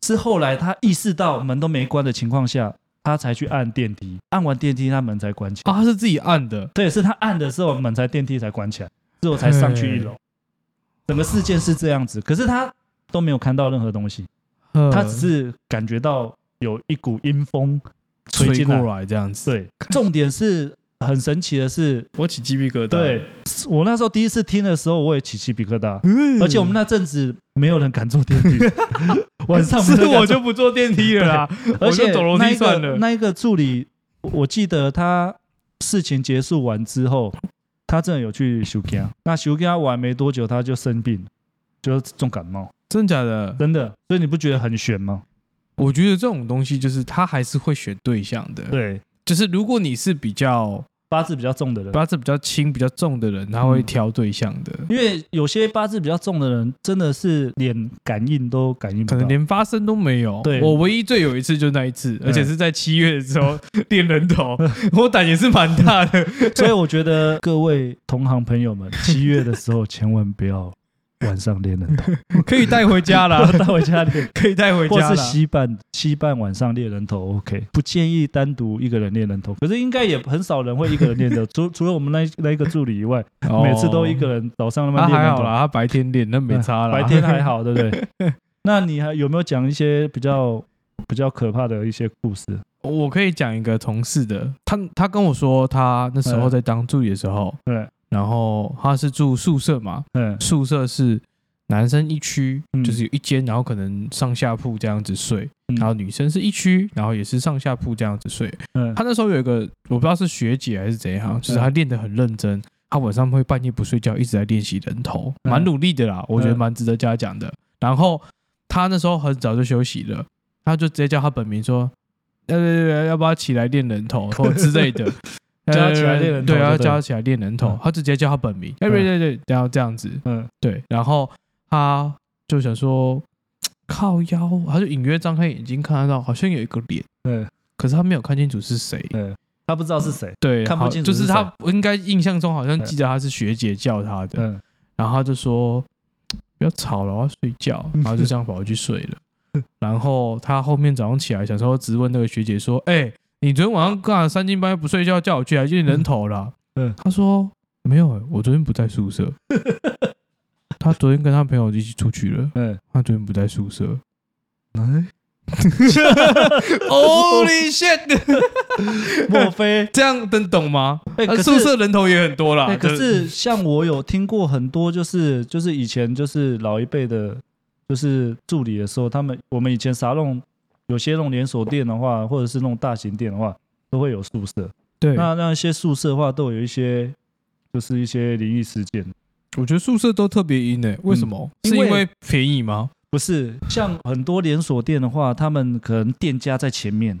[SPEAKER 2] 是后来他意识到门都没关的情况下，他才去按电梯，按完电梯他门才关起来。
[SPEAKER 1] 啊，他是自己按的，
[SPEAKER 2] 对，是他按的时候门才电梯才关起来，之后才上去一楼。整个事件是这样子，可是他都没有看到任何东西，他
[SPEAKER 1] 他
[SPEAKER 2] 只是感觉到有一股阴风吹
[SPEAKER 1] 吹
[SPEAKER 2] 进
[SPEAKER 1] 过
[SPEAKER 2] 来。
[SPEAKER 1] 来这样子。
[SPEAKER 2] 对，重点是很神奇的是，
[SPEAKER 1] 我起鸡皮疙瘩。
[SPEAKER 2] 对我那时候第一次听的时候，我也起鸡皮疙瘩。
[SPEAKER 1] 嗯，
[SPEAKER 2] 而 且我们那阵子没有人敢坐电梯，晚上没
[SPEAKER 1] 是
[SPEAKER 2] 有人敢
[SPEAKER 1] 我
[SPEAKER 2] 坐
[SPEAKER 1] 就不坐电梯了 啦，我
[SPEAKER 2] 而
[SPEAKER 1] 就
[SPEAKER 2] 且
[SPEAKER 1] 走楼
[SPEAKER 2] 那
[SPEAKER 1] 梯
[SPEAKER 2] 一
[SPEAKER 1] 算
[SPEAKER 2] 个
[SPEAKER 1] 了。
[SPEAKER 2] 那一个助理，我我记得他事情结束完之后，他真的有去休假。那休假完没多久，他就生病了，就重感冒，
[SPEAKER 1] 真假的？
[SPEAKER 2] 真的。所以你不觉得很悬吗？
[SPEAKER 1] 我觉得这种东西就是他还是会选对象的。，
[SPEAKER 2] 对，
[SPEAKER 1] 就是如果你是比较
[SPEAKER 2] 八字比较重的人，
[SPEAKER 1] 八字比较轻、比较重的人，他会
[SPEAKER 2] 嗯
[SPEAKER 1] 挑对象的，
[SPEAKER 2] 因为有些八字比较重的人，真的是连感应都感应不
[SPEAKER 1] 可能
[SPEAKER 2] 到。
[SPEAKER 1] 连发声都没有。
[SPEAKER 2] 对嗯
[SPEAKER 1] 我唯一最有一次就那一次，而且是在七月的时 候练人头，我胆也是蛮大的。
[SPEAKER 2] 所以我觉得各位同行朋友们，七月的时候千万不要晚上练人 头，
[SPEAKER 1] 可以带回家啦，
[SPEAKER 2] 带回家练。
[SPEAKER 1] 可以带回
[SPEAKER 2] 或
[SPEAKER 1] 家
[SPEAKER 2] 是
[SPEAKER 1] 啦。
[SPEAKER 2] 西半西半晚上猎人头，OK，不建议单独一个人猎人头，可是应该也很少人会一个人猎 的，除除了我们那一那一个助理以外，
[SPEAKER 1] 哦
[SPEAKER 2] 每次都一个，人早上
[SPEAKER 1] 他
[SPEAKER 2] 那么猎
[SPEAKER 1] 还
[SPEAKER 2] 人
[SPEAKER 1] 好
[SPEAKER 2] 头，
[SPEAKER 1] 啦，他白天练那没差啦，
[SPEAKER 2] 白天还好，对不对？ 那你还有没有讲一些比较比较可怕的一些故事？
[SPEAKER 1] 我可以讲一个同事的，他他跟我说，他那时候在当助理的时候，
[SPEAKER 2] 对，
[SPEAKER 1] 然后他是住宿舍嘛，
[SPEAKER 2] 嗯
[SPEAKER 1] 宿舍是男生一区，
[SPEAKER 2] 嗯
[SPEAKER 1] 就是有一间，然后可能上下铺这样子睡，
[SPEAKER 2] 嗯
[SPEAKER 1] 然后女生是一区，然后也是上下铺这样子睡。
[SPEAKER 2] 嗯
[SPEAKER 1] 他那时候有一个我不知道是学姐还是怎样，就是他练得很认真，他晚上会半夜不睡觉，一直在练习人头，
[SPEAKER 2] 嗯
[SPEAKER 1] 蛮努力的啦，我觉得蛮值得嘉奖的。然后他那时候很早就休息了，他就直接叫他本名说，呃，要不要起来练人 头或之类的，
[SPEAKER 2] 叫他起来练人头
[SPEAKER 1] 对，
[SPEAKER 2] 就
[SPEAKER 1] 要
[SPEAKER 2] 对
[SPEAKER 1] 叫他起来练人头
[SPEAKER 2] 嗯，
[SPEAKER 1] 他直接叫他本名，对对对，然后这样子，
[SPEAKER 2] 嗯，
[SPEAKER 1] 对，然后他就想说靠腰，他就隐约张开眼睛看得到好像有一个脸，
[SPEAKER 2] 对，
[SPEAKER 1] 可是他没有看清楚是谁。
[SPEAKER 2] 他不知道是谁，
[SPEAKER 1] 对，
[SPEAKER 2] 看不
[SPEAKER 1] 好
[SPEAKER 2] 清楚
[SPEAKER 1] 就是是
[SPEAKER 2] 谁
[SPEAKER 1] 他应该印象中好像
[SPEAKER 2] 嗯
[SPEAKER 1] 记得他是学姐叫他的，
[SPEAKER 2] 嗯，
[SPEAKER 1] 然后他就说不要吵了，我要睡 觉，然后就这样跑回去睡了。然后他后面早上起来，想说直问那个学姐说：“哎、你昨天晚上干嘛三更半夜不睡觉，叫我去来见人头了、
[SPEAKER 2] 嗯
[SPEAKER 1] 他说：“没有、欸，我昨天不在宿 舍。他昨天跟他朋友一起出去了，
[SPEAKER 2] 嗯，
[SPEAKER 1] 他昨天不在宿舍。
[SPEAKER 2] 哎，
[SPEAKER 1] Holy shit！
[SPEAKER 2] 莫非？
[SPEAKER 1] 这样能懂吗？
[SPEAKER 2] 哎，可
[SPEAKER 1] 呃
[SPEAKER 2] 是
[SPEAKER 1] 宿舍人头也很多啦。
[SPEAKER 2] 哎，可
[SPEAKER 1] 就是
[SPEAKER 2] 像我有听过很多，就是就是以前就是老一辈的，就是助理的时候，他们我们以前啥弄，有些弄连锁店的话，或者是弄大型店的话，都会有宿舍。
[SPEAKER 1] 对，
[SPEAKER 2] 那那些宿舍的话，都有一些就是一些灵异事件，
[SPEAKER 1] 我觉得宿舍都特别阴诶、为什么？
[SPEAKER 2] 嗯
[SPEAKER 1] 是
[SPEAKER 2] 因
[SPEAKER 1] 因
[SPEAKER 2] 为
[SPEAKER 1] 为便宜吗？
[SPEAKER 2] 不是像很多连锁店的话，他们可能店家在前面，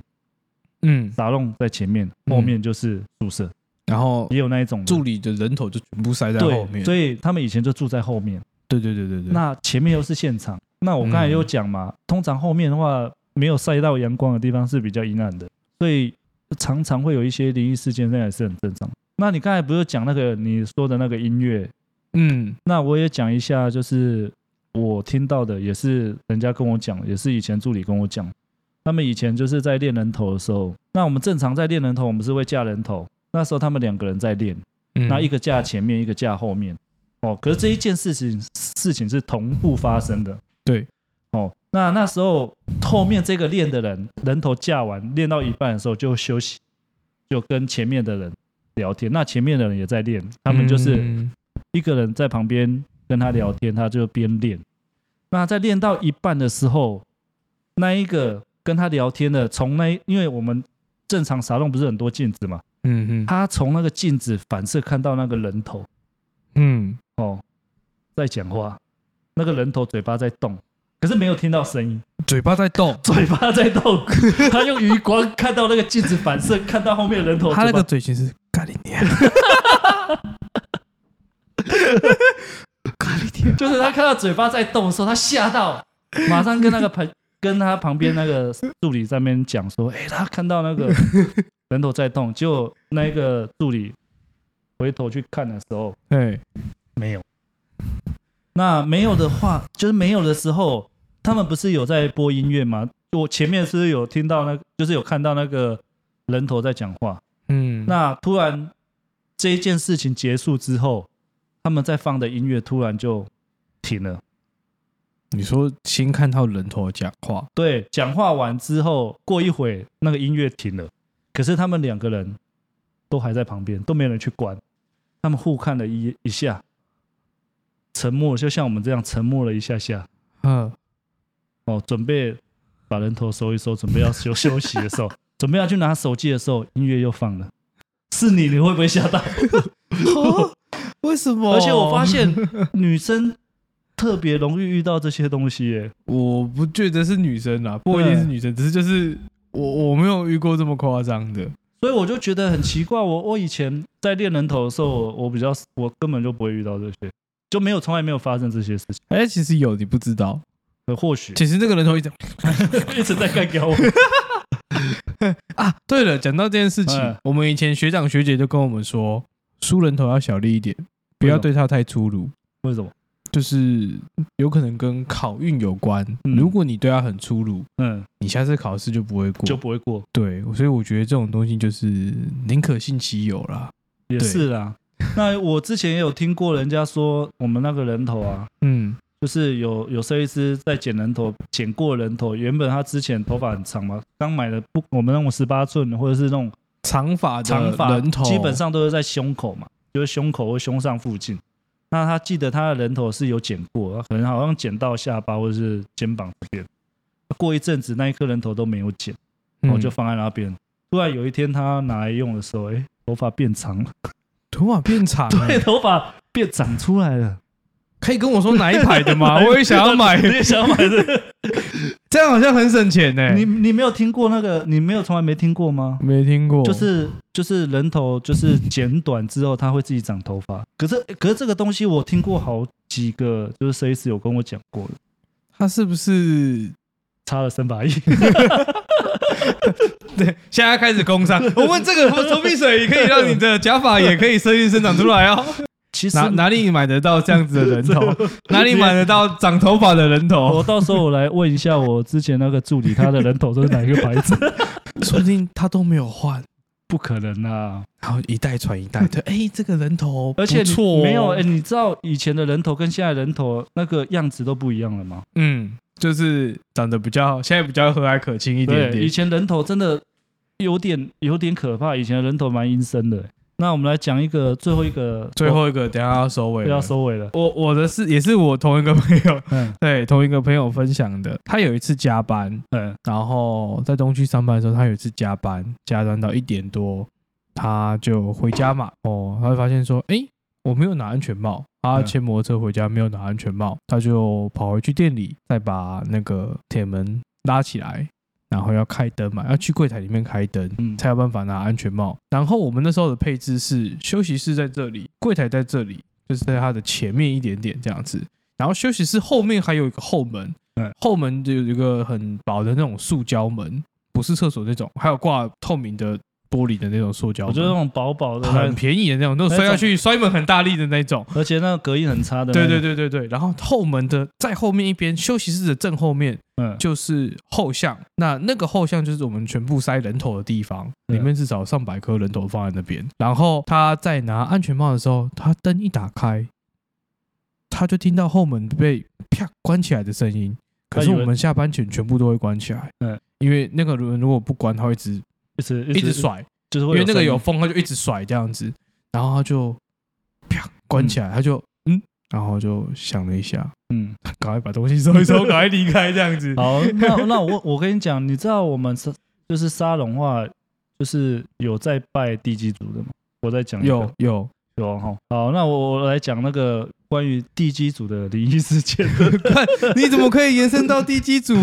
[SPEAKER 1] 嗯，
[SPEAKER 2] 沙龙在前面，
[SPEAKER 1] 嗯
[SPEAKER 2] 后面就是宿舍，
[SPEAKER 1] 然后
[SPEAKER 2] 也有那一种的
[SPEAKER 1] 助理的人头就全部塞在后
[SPEAKER 2] 对，
[SPEAKER 1] 面。
[SPEAKER 2] 所以他们以前就住在后面。
[SPEAKER 1] 对对对对对，
[SPEAKER 2] 那前面又是现场，那我刚才有讲嘛，通常后面的话没有晒到阳光的地方是比较阴暗的，所以常常会有一些灵异事件，那也是很正常。那你刚才不是讲那个你说的那个音乐？
[SPEAKER 1] 嗯
[SPEAKER 2] 那我也讲一下，就是我听到的，也是人家跟我讲，也是以前助理跟我讲，他们以前就是在练人头的时候，那我们正常在练人头，我们是会架人头，那时候他们两个人在练，
[SPEAKER 1] 嗯，
[SPEAKER 2] 那一个架前面，一个架后面。哦，可是这一件事情事情是同步发生的。
[SPEAKER 1] 对，
[SPEAKER 2] 哦，那那时候后面这个练的人人头架完，练到一半的时候就休息，就跟前面的人聊天。那前面的人也在练，他们就是
[SPEAKER 1] 嗯
[SPEAKER 2] 一个人在旁边跟他聊天，他就边练。那在练到一半的时候，那一个跟他聊天的，从那因为我们正常沙龙不是很多镜子嘛，
[SPEAKER 1] 嗯嗯
[SPEAKER 2] 他从那个镜子反射看到那个人头
[SPEAKER 1] 嗯，
[SPEAKER 2] 哦，在讲话，那个人头嘴巴在动，可是没有听到声音，
[SPEAKER 1] 嘴巴在动，
[SPEAKER 2] 嘴巴在动。 他用余光看到那个镜子反射，看到后面的人头，
[SPEAKER 1] 他那个
[SPEAKER 2] 嘴
[SPEAKER 1] 嘴型是咖喱 点，咖喱点
[SPEAKER 2] 巴，就是他看到嘴巴在动的时候，他吓到，马上跟那个朋 跟他旁边那个助理在那边讲说，哎、他看到那个人头在动，结果那个助理回头去看的时候，
[SPEAKER 1] 对，
[SPEAKER 2] 没有。那没有的话，就是没有的时候，他们不是有在播音乐吗？我前面是不是有听到那，就是有看到那个人头在讲话。
[SPEAKER 1] 嗯，
[SPEAKER 2] 那突然这一件事情结束之后，他们在放的音乐突然就停了。
[SPEAKER 1] 你说先看到人头讲话，
[SPEAKER 2] 对，讲话完之后，过一会那个音乐停了，可是他们两个人都还在旁边，都没有人去关。他们互看了一一下，沉默，就像我们这样沉默了一下下。
[SPEAKER 1] 嗯，
[SPEAKER 2] 哦，准备把人头收一收，准备要休休息的时候，准备要去拿手机的时候，音乐又放了。是你，你会不会吓到？
[SPEAKER 1] 为什么
[SPEAKER 2] 而且我发现女生特别容易遇到这些东西耶。
[SPEAKER 1] 我不觉得是女生啦，不一定是女生，只是就是我我没有遇过这么夸张的，
[SPEAKER 2] 所以我就觉得很奇怪，我我以前在练人头的时候，我我比较我根本就不会遇到这些，就没有从来没有发生这些事情。
[SPEAKER 1] 哎，其实有你不知道，
[SPEAKER 2] 呃或 许
[SPEAKER 1] 其实那个人头一直
[SPEAKER 2] 一直在干掉我，
[SPEAKER 1] 啊，对了，讲到这件事情，
[SPEAKER 2] 嗯
[SPEAKER 1] 我们以前学长学姐就跟我们说，梳人头要小力一点，不要对他太粗鲁，
[SPEAKER 2] 为什么？
[SPEAKER 1] 就是有可能跟考运有关。
[SPEAKER 2] 嗯
[SPEAKER 1] 如果你对他很粗鲁，
[SPEAKER 2] 嗯，
[SPEAKER 1] 你下次考试就不会过。
[SPEAKER 2] 就不会过，
[SPEAKER 1] 对，所以我觉得这种东西就是宁可信其有啦。
[SPEAKER 2] 也
[SPEAKER 1] 对
[SPEAKER 2] 是啦。那我之前也有听过人家说，我们那个人头啊，
[SPEAKER 1] 嗯
[SPEAKER 2] 就是有有设计师在剪人头，剪过人头。原本他之前头发很长嘛，刚买的不，我们那种十八寸或者是那种
[SPEAKER 1] 长发的
[SPEAKER 2] 长发，
[SPEAKER 1] 人头
[SPEAKER 2] 基本上都是在胸口嘛，就是胸口或胸上附近。那他记得他的人头是有剪过，可能好像剪到下巴或者是肩膀这边。过一阵子，那一颗人头都没有剪，
[SPEAKER 1] 嗯
[SPEAKER 2] 我就放在那边。突然有一天，他拿来用的时候，哎、头发变长了，
[SPEAKER 1] 头发变长、
[SPEAKER 2] 对，
[SPEAKER 1] 欸，
[SPEAKER 2] 头发变长出来了。
[SPEAKER 1] 可以跟我说哪一排的吗？ 啊我也想要买，
[SPEAKER 2] 你也想买的？
[SPEAKER 1] 这样好像很省钱呢、
[SPEAKER 2] 你你没有听过那个？你没有从来没听过吗？
[SPEAKER 1] 哎没听过，
[SPEAKER 2] 就是就是人头就是剪短之后，它会自己长头发。可是可是这个东西我听过好几个，就是设计师有跟我讲过的，
[SPEAKER 1] 他是不是
[SPEAKER 2] 差了三百亿。
[SPEAKER 1] 对，现在开始工 伤。我们这个头皮水也可以让你的假发也可以生生长出来 哦。
[SPEAKER 2] 其实
[SPEAKER 1] 哪哪里买得到这样子的人 头？哪里买得到长头发的人头
[SPEAKER 2] 我？到时候我来问一下我之前那个助理，他的人头都是哪一个牌子？
[SPEAKER 1] 说不定他都没有换，
[SPEAKER 2] 不可能啊！
[SPEAKER 1] 然后一代传一 代。对，哎，这个人头
[SPEAKER 2] 而且
[SPEAKER 1] 不错、
[SPEAKER 2] 你
[SPEAKER 1] 哦，
[SPEAKER 2] 没有哎、你知道以前的人头跟现在人头那个样子都不一样了吗？
[SPEAKER 1] 嗯，就是长得比较，现在比较和蔼可亲一点
[SPEAKER 2] 对，以
[SPEAKER 1] 点。
[SPEAKER 2] 前人头真的有点有点可怕，以前的人头蛮阴森的欸、那我们来讲一个最后一个，
[SPEAKER 1] 最后一个，等一下要收尾了。
[SPEAKER 2] 我要收尾了。
[SPEAKER 1] 我我的是也是我同一个朋友，
[SPEAKER 2] 嗯
[SPEAKER 1] 对，同一个朋友分享的。他有一次加班，
[SPEAKER 2] 嗯
[SPEAKER 1] 然后在东区上班的时候，他有一次加班，加班到一点多，他就回家嘛。哦，他就发现说，诶，我没有拿安全帽。他
[SPEAKER 2] 嗯
[SPEAKER 1] 骑摩托车回家没有拿安全帽，他就跑回去店里，再把那个铁门拉起来，然后要开灯嘛，要去柜台里面开灯。
[SPEAKER 2] 嗯，
[SPEAKER 1] 才有办法拿安全帽。然后我们那时候的配置是休息室在这里，柜台在这里，就是在它的前面一点点这样子。然后休息室后面还有一个后门
[SPEAKER 2] 嗯，
[SPEAKER 1] 后门就有一个很薄的那种塑胶门，不是厕所那种，还有挂透明的玻璃的那种塑胶
[SPEAKER 2] 我觉得那
[SPEAKER 1] 门，
[SPEAKER 2] 种薄薄的，
[SPEAKER 1] 很便宜的那种，那种摔下去摔门很大力的那种。
[SPEAKER 2] 而且那个隔音很差的。
[SPEAKER 1] 对对，对对对，然后后门的在后面一边，休息室的正后面
[SPEAKER 2] 嗯，
[SPEAKER 1] 就是后巷，那那个后巷就是我们全部塞人头的地方，
[SPEAKER 2] 对
[SPEAKER 1] 里面至少上百颗人头放在那边。然后他在拿安全帽的时候，他灯一打开，他就听到后门被啪关起来的声音。可是
[SPEAKER 2] 他以为
[SPEAKER 1] 我们下班前全部都会关起来，
[SPEAKER 2] 嗯，
[SPEAKER 1] 因为那个人如果不关，他会一直
[SPEAKER 2] 一直
[SPEAKER 1] 一直，甩，
[SPEAKER 2] 就是
[SPEAKER 1] 因
[SPEAKER 2] 会
[SPEAKER 1] 为那个有
[SPEAKER 2] 声
[SPEAKER 1] 风，他就一直甩这样子，然后他就啪关起来，他就嗯，然后就想了一下，
[SPEAKER 2] 音。嗯，
[SPEAKER 1] 赶快把东西收一收， 赶快离开这样子。
[SPEAKER 2] 好，那那我我跟你讲，你知道我们是就是沙龙话，就是有在拜地基组的吗？我在讲一个
[SPEAKER 1] 有有，
[SPEAKER 2] 有哈。好，那我我来讲那个关于地基组的灵异事件。
[SPEAKER 1] 看你怎么可以延伸到地基组？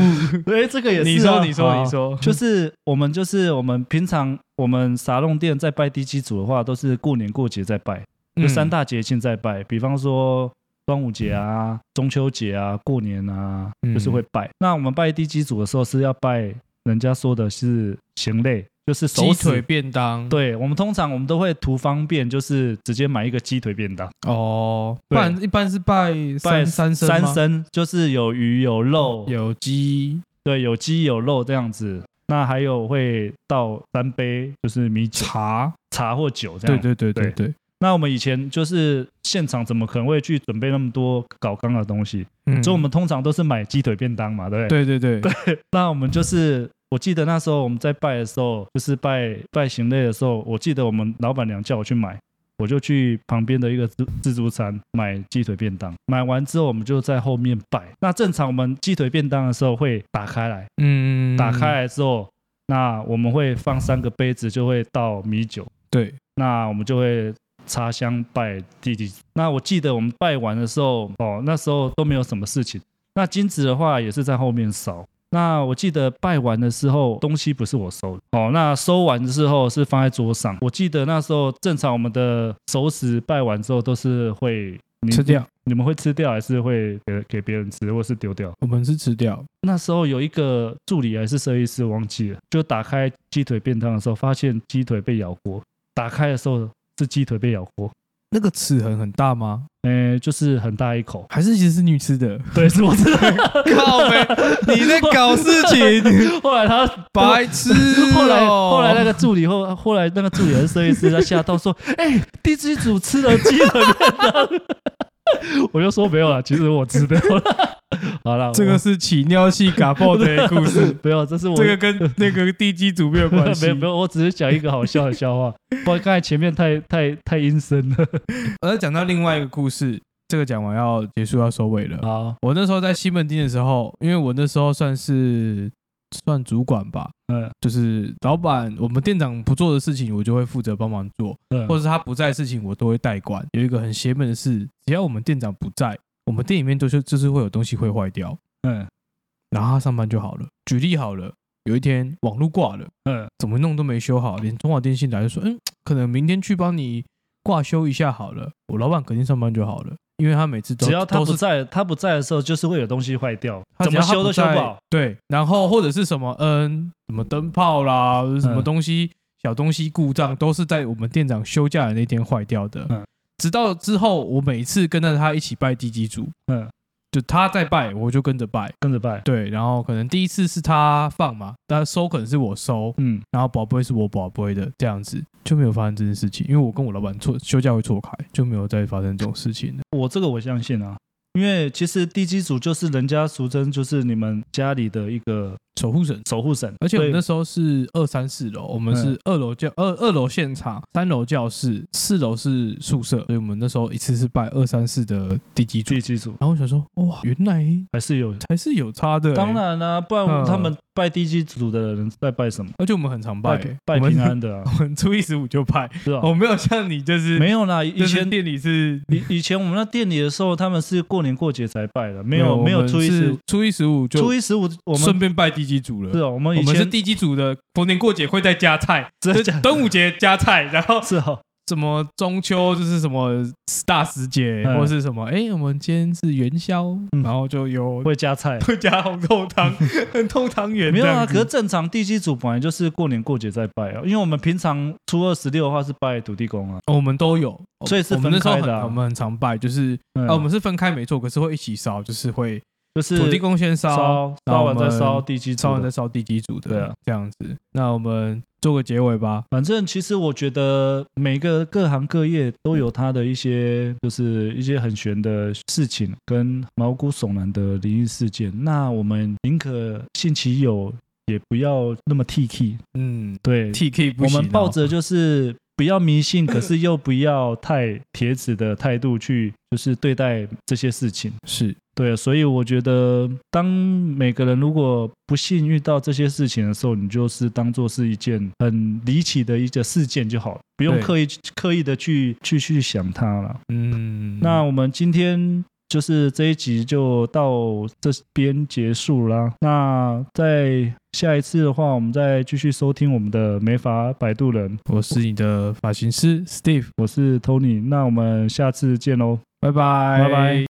[SPEAKER 2] 哎，这个也是 啊。
[SPEAKER 1] 你说，你说，
[SPEAKER 2] 好
[SPEAKER 1] 你。说，
[SPEAKER 2] 就是我们，就是我们平常我们沙龙店在拜地基组的话，都是过年过节在拜，就
[SPEAKER 1] 嗯
[SPEAKER 2] 三大节庆在拜，比方说端午节啊、中秋节啊、过年啊，
[SPEAKER 1] 嗯
[SPEAKER 2] 就是会拜。那我们拜地基组的时候是要拜，人家说的是行类，就是手
[SPEAKER 1] 鸡腿
[SPEAKER 2] 指。
[SPEAKER 1] 便当，
[SPEAKER 2] 对我们通常我们都会图方便，就是直接买一个鸡腿便当，
[SPEAKER 1] 哦，不
[SPEAKER 2] 对
[SPEAKER 1] 然一般是拜三
[SPEAKER 2] 拜
[SPEAKER 1] 三牲
[SPEAKER 2] 三
[SPEAKER 1] 吗
[SPEAKER 2] 牲就是有鱼有肉，
[SPEAKER 1] 有鸡
[SPEAKER 2] 对，有鸡有肉这样子。那还有会倒三杯，就是米酒、
[SPEAKER 1] 茶，
[SPEAKER 2] 茶或酒这样。
[SPEAKER 1] 对对对对对，
[SPEAKER 2] 那我们以前就是现场怎么可能会去准备那么多搞纲的东西？
[SPEAKER 1] 嗯
[SPEAKER 2] 所以我们通常都是买鸡腿便当嘛，对不对？
[SPEAKER 1] 对对对对，
[SPEAKER 2] 那我们就是，我记得那时候我们在拜的时候，就是拜拜行类的时候，我记得我们老板娘叫我去买，我就去旁边的一个自自助餐买鸡腿便当。买完之后，我们就在后面拜。那正常我们鸡腿便当的时候会打开来，
[SPEAKER 1] 嗯，
[SPEAKER 2] 打开，来之后，那我们会放三个杯子，就会倒米酒。
[SPEAKER 1] 对，
[SPEAKER 2] 那我们就会插香拜地基。那我记得我们拜完的时候，哦，那时候都没有什么事情。那金子的话也是在后面烧。那我记得拜完的时候，东西不是我收的，哦，那收完之后是放在桌上。我记得那时候正常我们的熟食拜完之后都是会你
[SPEAKER 1] 吃掉，
[SPEAKER 2] 你们会吃掉还是会给给别人吃，或是丢掉？
[SPEAKER 1] 我们是吃掉，
[SPEAKER 2] 那时候有一个助理还是设计师忘记了，就打开鸡腿便当的时候，发现鸡腿被咬过。打开的时候是鸡腿被咬过，
[SPEAKER 1] 那个齿痕很大吗？
[SPEAKER 2] 呃，就是很大一口。
[SPEAKER 1] 还是其实是你吃的？
[SPEAKER 2] 对，是我知道。
[SPEAKER 1] 靠呗，你在搞事情，
[SPEAKER 2] 后来他，
[SPEAKER 1] 白痴哦！
[SPEAKER 2] 后来后来那个助理后后来那个助理还是设计师，他吓到说：“哎、第七组吃了鸡腿便当。” 我就说没有了，其实我知道了。 好了，
[SPEAKER 1] 这个是起尿系嘎爆的故 事，
[SPEAKER 2] 我没有，这是我
[SPEAKER 1] 这个跟那个地基组 没有关系。
[SPEAKER 2] 没有没有，我只是讲一个好笑的笑话。 不然刚才前面太太太阴森了。
[SPEAKER 1] 而讲到另外一个故事，这个讲完要结束要收尾了。
[SPEAKER 2] 好，
[SPEAKER 1] 我那时候在西门町的时候，因为我那时候算是算主管吧，
[SPEAKER 2] 嗯
[SPEAKER 1] 就是老板，我们店长不做的事情，我就会负责帮忙做，
[SPEAKER 2] 嗯
[SPEAKER 1] 或者是他不在的事情，我都会代管。有一个很邪门的事，只要我们店长不在，我们店里面都是就是会有东西会坏掉，
[SPEAKER 2] 嗯
[SPEAKER 1] 然后他上班就好了。举例好了，有一天网络挂了，
[SPEAKER 2] 嗯
[SPEAKER 1] 怎么弄都没修好，连中华电信来就说，嗯，可能明天去帮你挂修一下好了。我老板肯定上班就好了，因为他每次都
[SPEAKER 2] 只要他
[SPEAKER 1] 都
[SPEAKER 2] 不
[SPEAKER 1] 是
[SPEAKER 2] 在，他不在的时候，就是会有东西坏掉，
[SPEAKER 1] 他
[SPEAKER 2] 怎
[SPEAKER 1] 只
[SPEAKER 2] 么
[SPEAKER 1] 要他
[SPEAKER 2] 修都修
[SPEAKER 1] 在
[SPEAKER 2] 不好。。
[SPEAKER 1] 对，然后或者是什么嗯，什么灯泡啦，什
[SPEAKER 2] 嗯
[SPEAKER 1] 么东西、小东西故障，都是在我们店长休假的那天坏掉的。
[SPEAKER 2] 嗯
[SPEAKER 1] 直到之后，我每次跟着他一起拜地基主，
[SPEAKER 2] 嗯，
[SPEAKER 1] 就他在拜，我就跟着拜。
[SPEAKER 2] 跟着拜。
[SPEAKER 1] 对，然后可能第一次是他放嘛，但收可能是我收，
[SPEAKER 2] 嗯，
[SPEAKER 1] 然后宝贝是我宝贝的这样子，就没有发生这件事情，因为我跟我老板错休假会错开，就没有再发生这种事情了。
[SPEAKER 2] 我这个我相信啊，因为其实地基组就是人家俗称就是你们家里的一个
[SPEAKER 1] 守护神
[SPEAKER 2] 守护神，
[SPEAKER 1] 而且我们那
[SPEAKER 2] 对嗯
[SPEAKER 1] 时候是二三四楼，我们是二楼教二二楼现场，三楼教室，四楼是宿舍，所以我们那时候一次是拜二三四的地基主。
[SPEAKER 2] 地基组
[SPEAKER 1] 然后我想说，哇，原来
[SPEAKER 2] 还是有。
[SPEAKER 1] 还是有差的、欸
[SPEAKER 2] 当，然啦、不然
[SPEAKER 1] 嗯
[SPEAKER 2] 他们拜地基组的人在拜什么？
[SPEAKER 1] 而且我们很常拜、
[SPEAKER 2] 拜
[SPEAKER 1] 欸
[SPEAKER 2] 拜
[SPEAKER 1] 我们
[SPEAKER 2] 平安的啊，
[SPEAKER 1] 我们哦初一十五就拜，
[SPEAKER 2] 是吧？
[SPEAKER 1] 我没有像你就是
[SPEAKER 2] 没有啦，
[SPEAKER 1] 就
[SPEAKER 2] 以
[SPEAKER 1] 是
[SPEAKER 2] 前
[SPEAKER 1] 店里是
[SPEAKER 2] 以以前我们那店里的时候，他们是过年过节才拜的，没
[SPEAKER 1] 没
[SPEAKER 2] 有没
[SPEAKER 1] 我
[SPEAKER 2] 有
[SPEAKER 1] 们
[SPEAKER 2] 初一
[SPEAKER 1] 是
[SPEAKER 2] 十五，
[SPEAKER 1] 初一十五
[SPEAKER 2] 初
[SPEAKER 1] 就
[SPEAKER 2] 一十五我们
[SPEAKER 1] 顺便拜地基主了。
[SPEAKER 2] 是啊，我们以
[SPEAKER 1] 我们是
[SPEAKER 2] 前
[SPEAKER 1] 地基主的，逢年过节会再加菜，
[SPEAKER 2] 真的假的
[SPEAKER 1] 端午节加菜，然后
[SPEAKER 2] 是哦，
[SPEAKER 1] 什么中秋就是什么大时节，
[SPEAKER 2] 嗯
[SPEAKER 1] 或是什么哎、诶我们今天是元宵，
[SPEAKER 2] 嗯
[SPEAKER 1] 然后就有
[SPEAKER 2] 会加菜。
[SPEAKER 1] 会加红豆 汤、红豆汤圆
[SPEAKER 2] 没
[SPEAKER 1] 这
[SPEAKER 2] 有
[SPEAKER 1] 样子。
[SPEAKER 2] 啊，可是正常地基组本来就是过年过节在拜啊，因为我们平常初二十六的话是拜土地公啊，
[SPEAKER 1] 我们都有，
[SPEAKER 2] 所以是
[SPEAKER 1] 我们那时候
[SPEAKER 2] 分开的
[SPEAKER 1] 很
[SPEAKER 2] 啊
[SPEAKER 1] 我们很常拜，就是
[SPEAKER 2] 嗯
[SPEAKER 1] 啊，我们是分开没错，可是会一起烧，就是会
[SPEAKER 2] 就是
[SPEAKER 1] 土地公先烧，
[SPEAKER 2] 烧
[SPEAKER 1] 然
[SPEAKER 2] 烧
[SPEAKER 1] 后我
[SPEAKER 2] 完
[SPEAKER 1] 们
[SPEAKER 2] 再烧地基
[SPEAKER 1] 烧
[SPEAKER 2] 组
[SPEAKER 1] 完再
[SPEAKER 2] 的。
[SPEAKER 1] 烧地基主
[SPEAKER 2] 对
[SPEAKER 1] 的
[SPEAKER 2] 啊
[SPEAKER 1] 这样子。那我们做个结尾吧。
[SPEAKER 2] 反正其实我觉得每个各行各业都有它的一些，就是一些很玄的事情跟毛骨悚然的灵异事件。那我们宁可信其有，也不要那么 T K。
[SPEAKER 1] 嗯
[SPEAKER 2] 对，
[SPEAKER 1] ，T K 不
[SPEAKER 2] 我
[SPEAKER 1] 行哦，
[SPEAKER 2] 们抱着就是不要迷信，可是又不要太铁齿的态度去就是对待这些事情。
[SPEAKER 1] 是
[SPEAKER 2] 对，啊所以我觉得，当每个人如果不幸遇到这些事情的时候，你就是当做是一件很离奇的一个事件就好了，不用
[SPEAKER 1] 对
[SPEAKER 2] 刻意刻意的去去去想它了。
[SPEAKER 1] 嗯，
[SPEAKER 2] 那我们今天就是这一集就到这边结束啦。那在下一次的话，我们再继续收听我们的美发摆渡人，
[SPEAKER 1] 我是你的发型师 Steve，
[SPEAKER 2] 我是 Tony。那我们下次见喽。
[SPEAKER 1] 拜拜
[SPEAKER 2] 拜拜。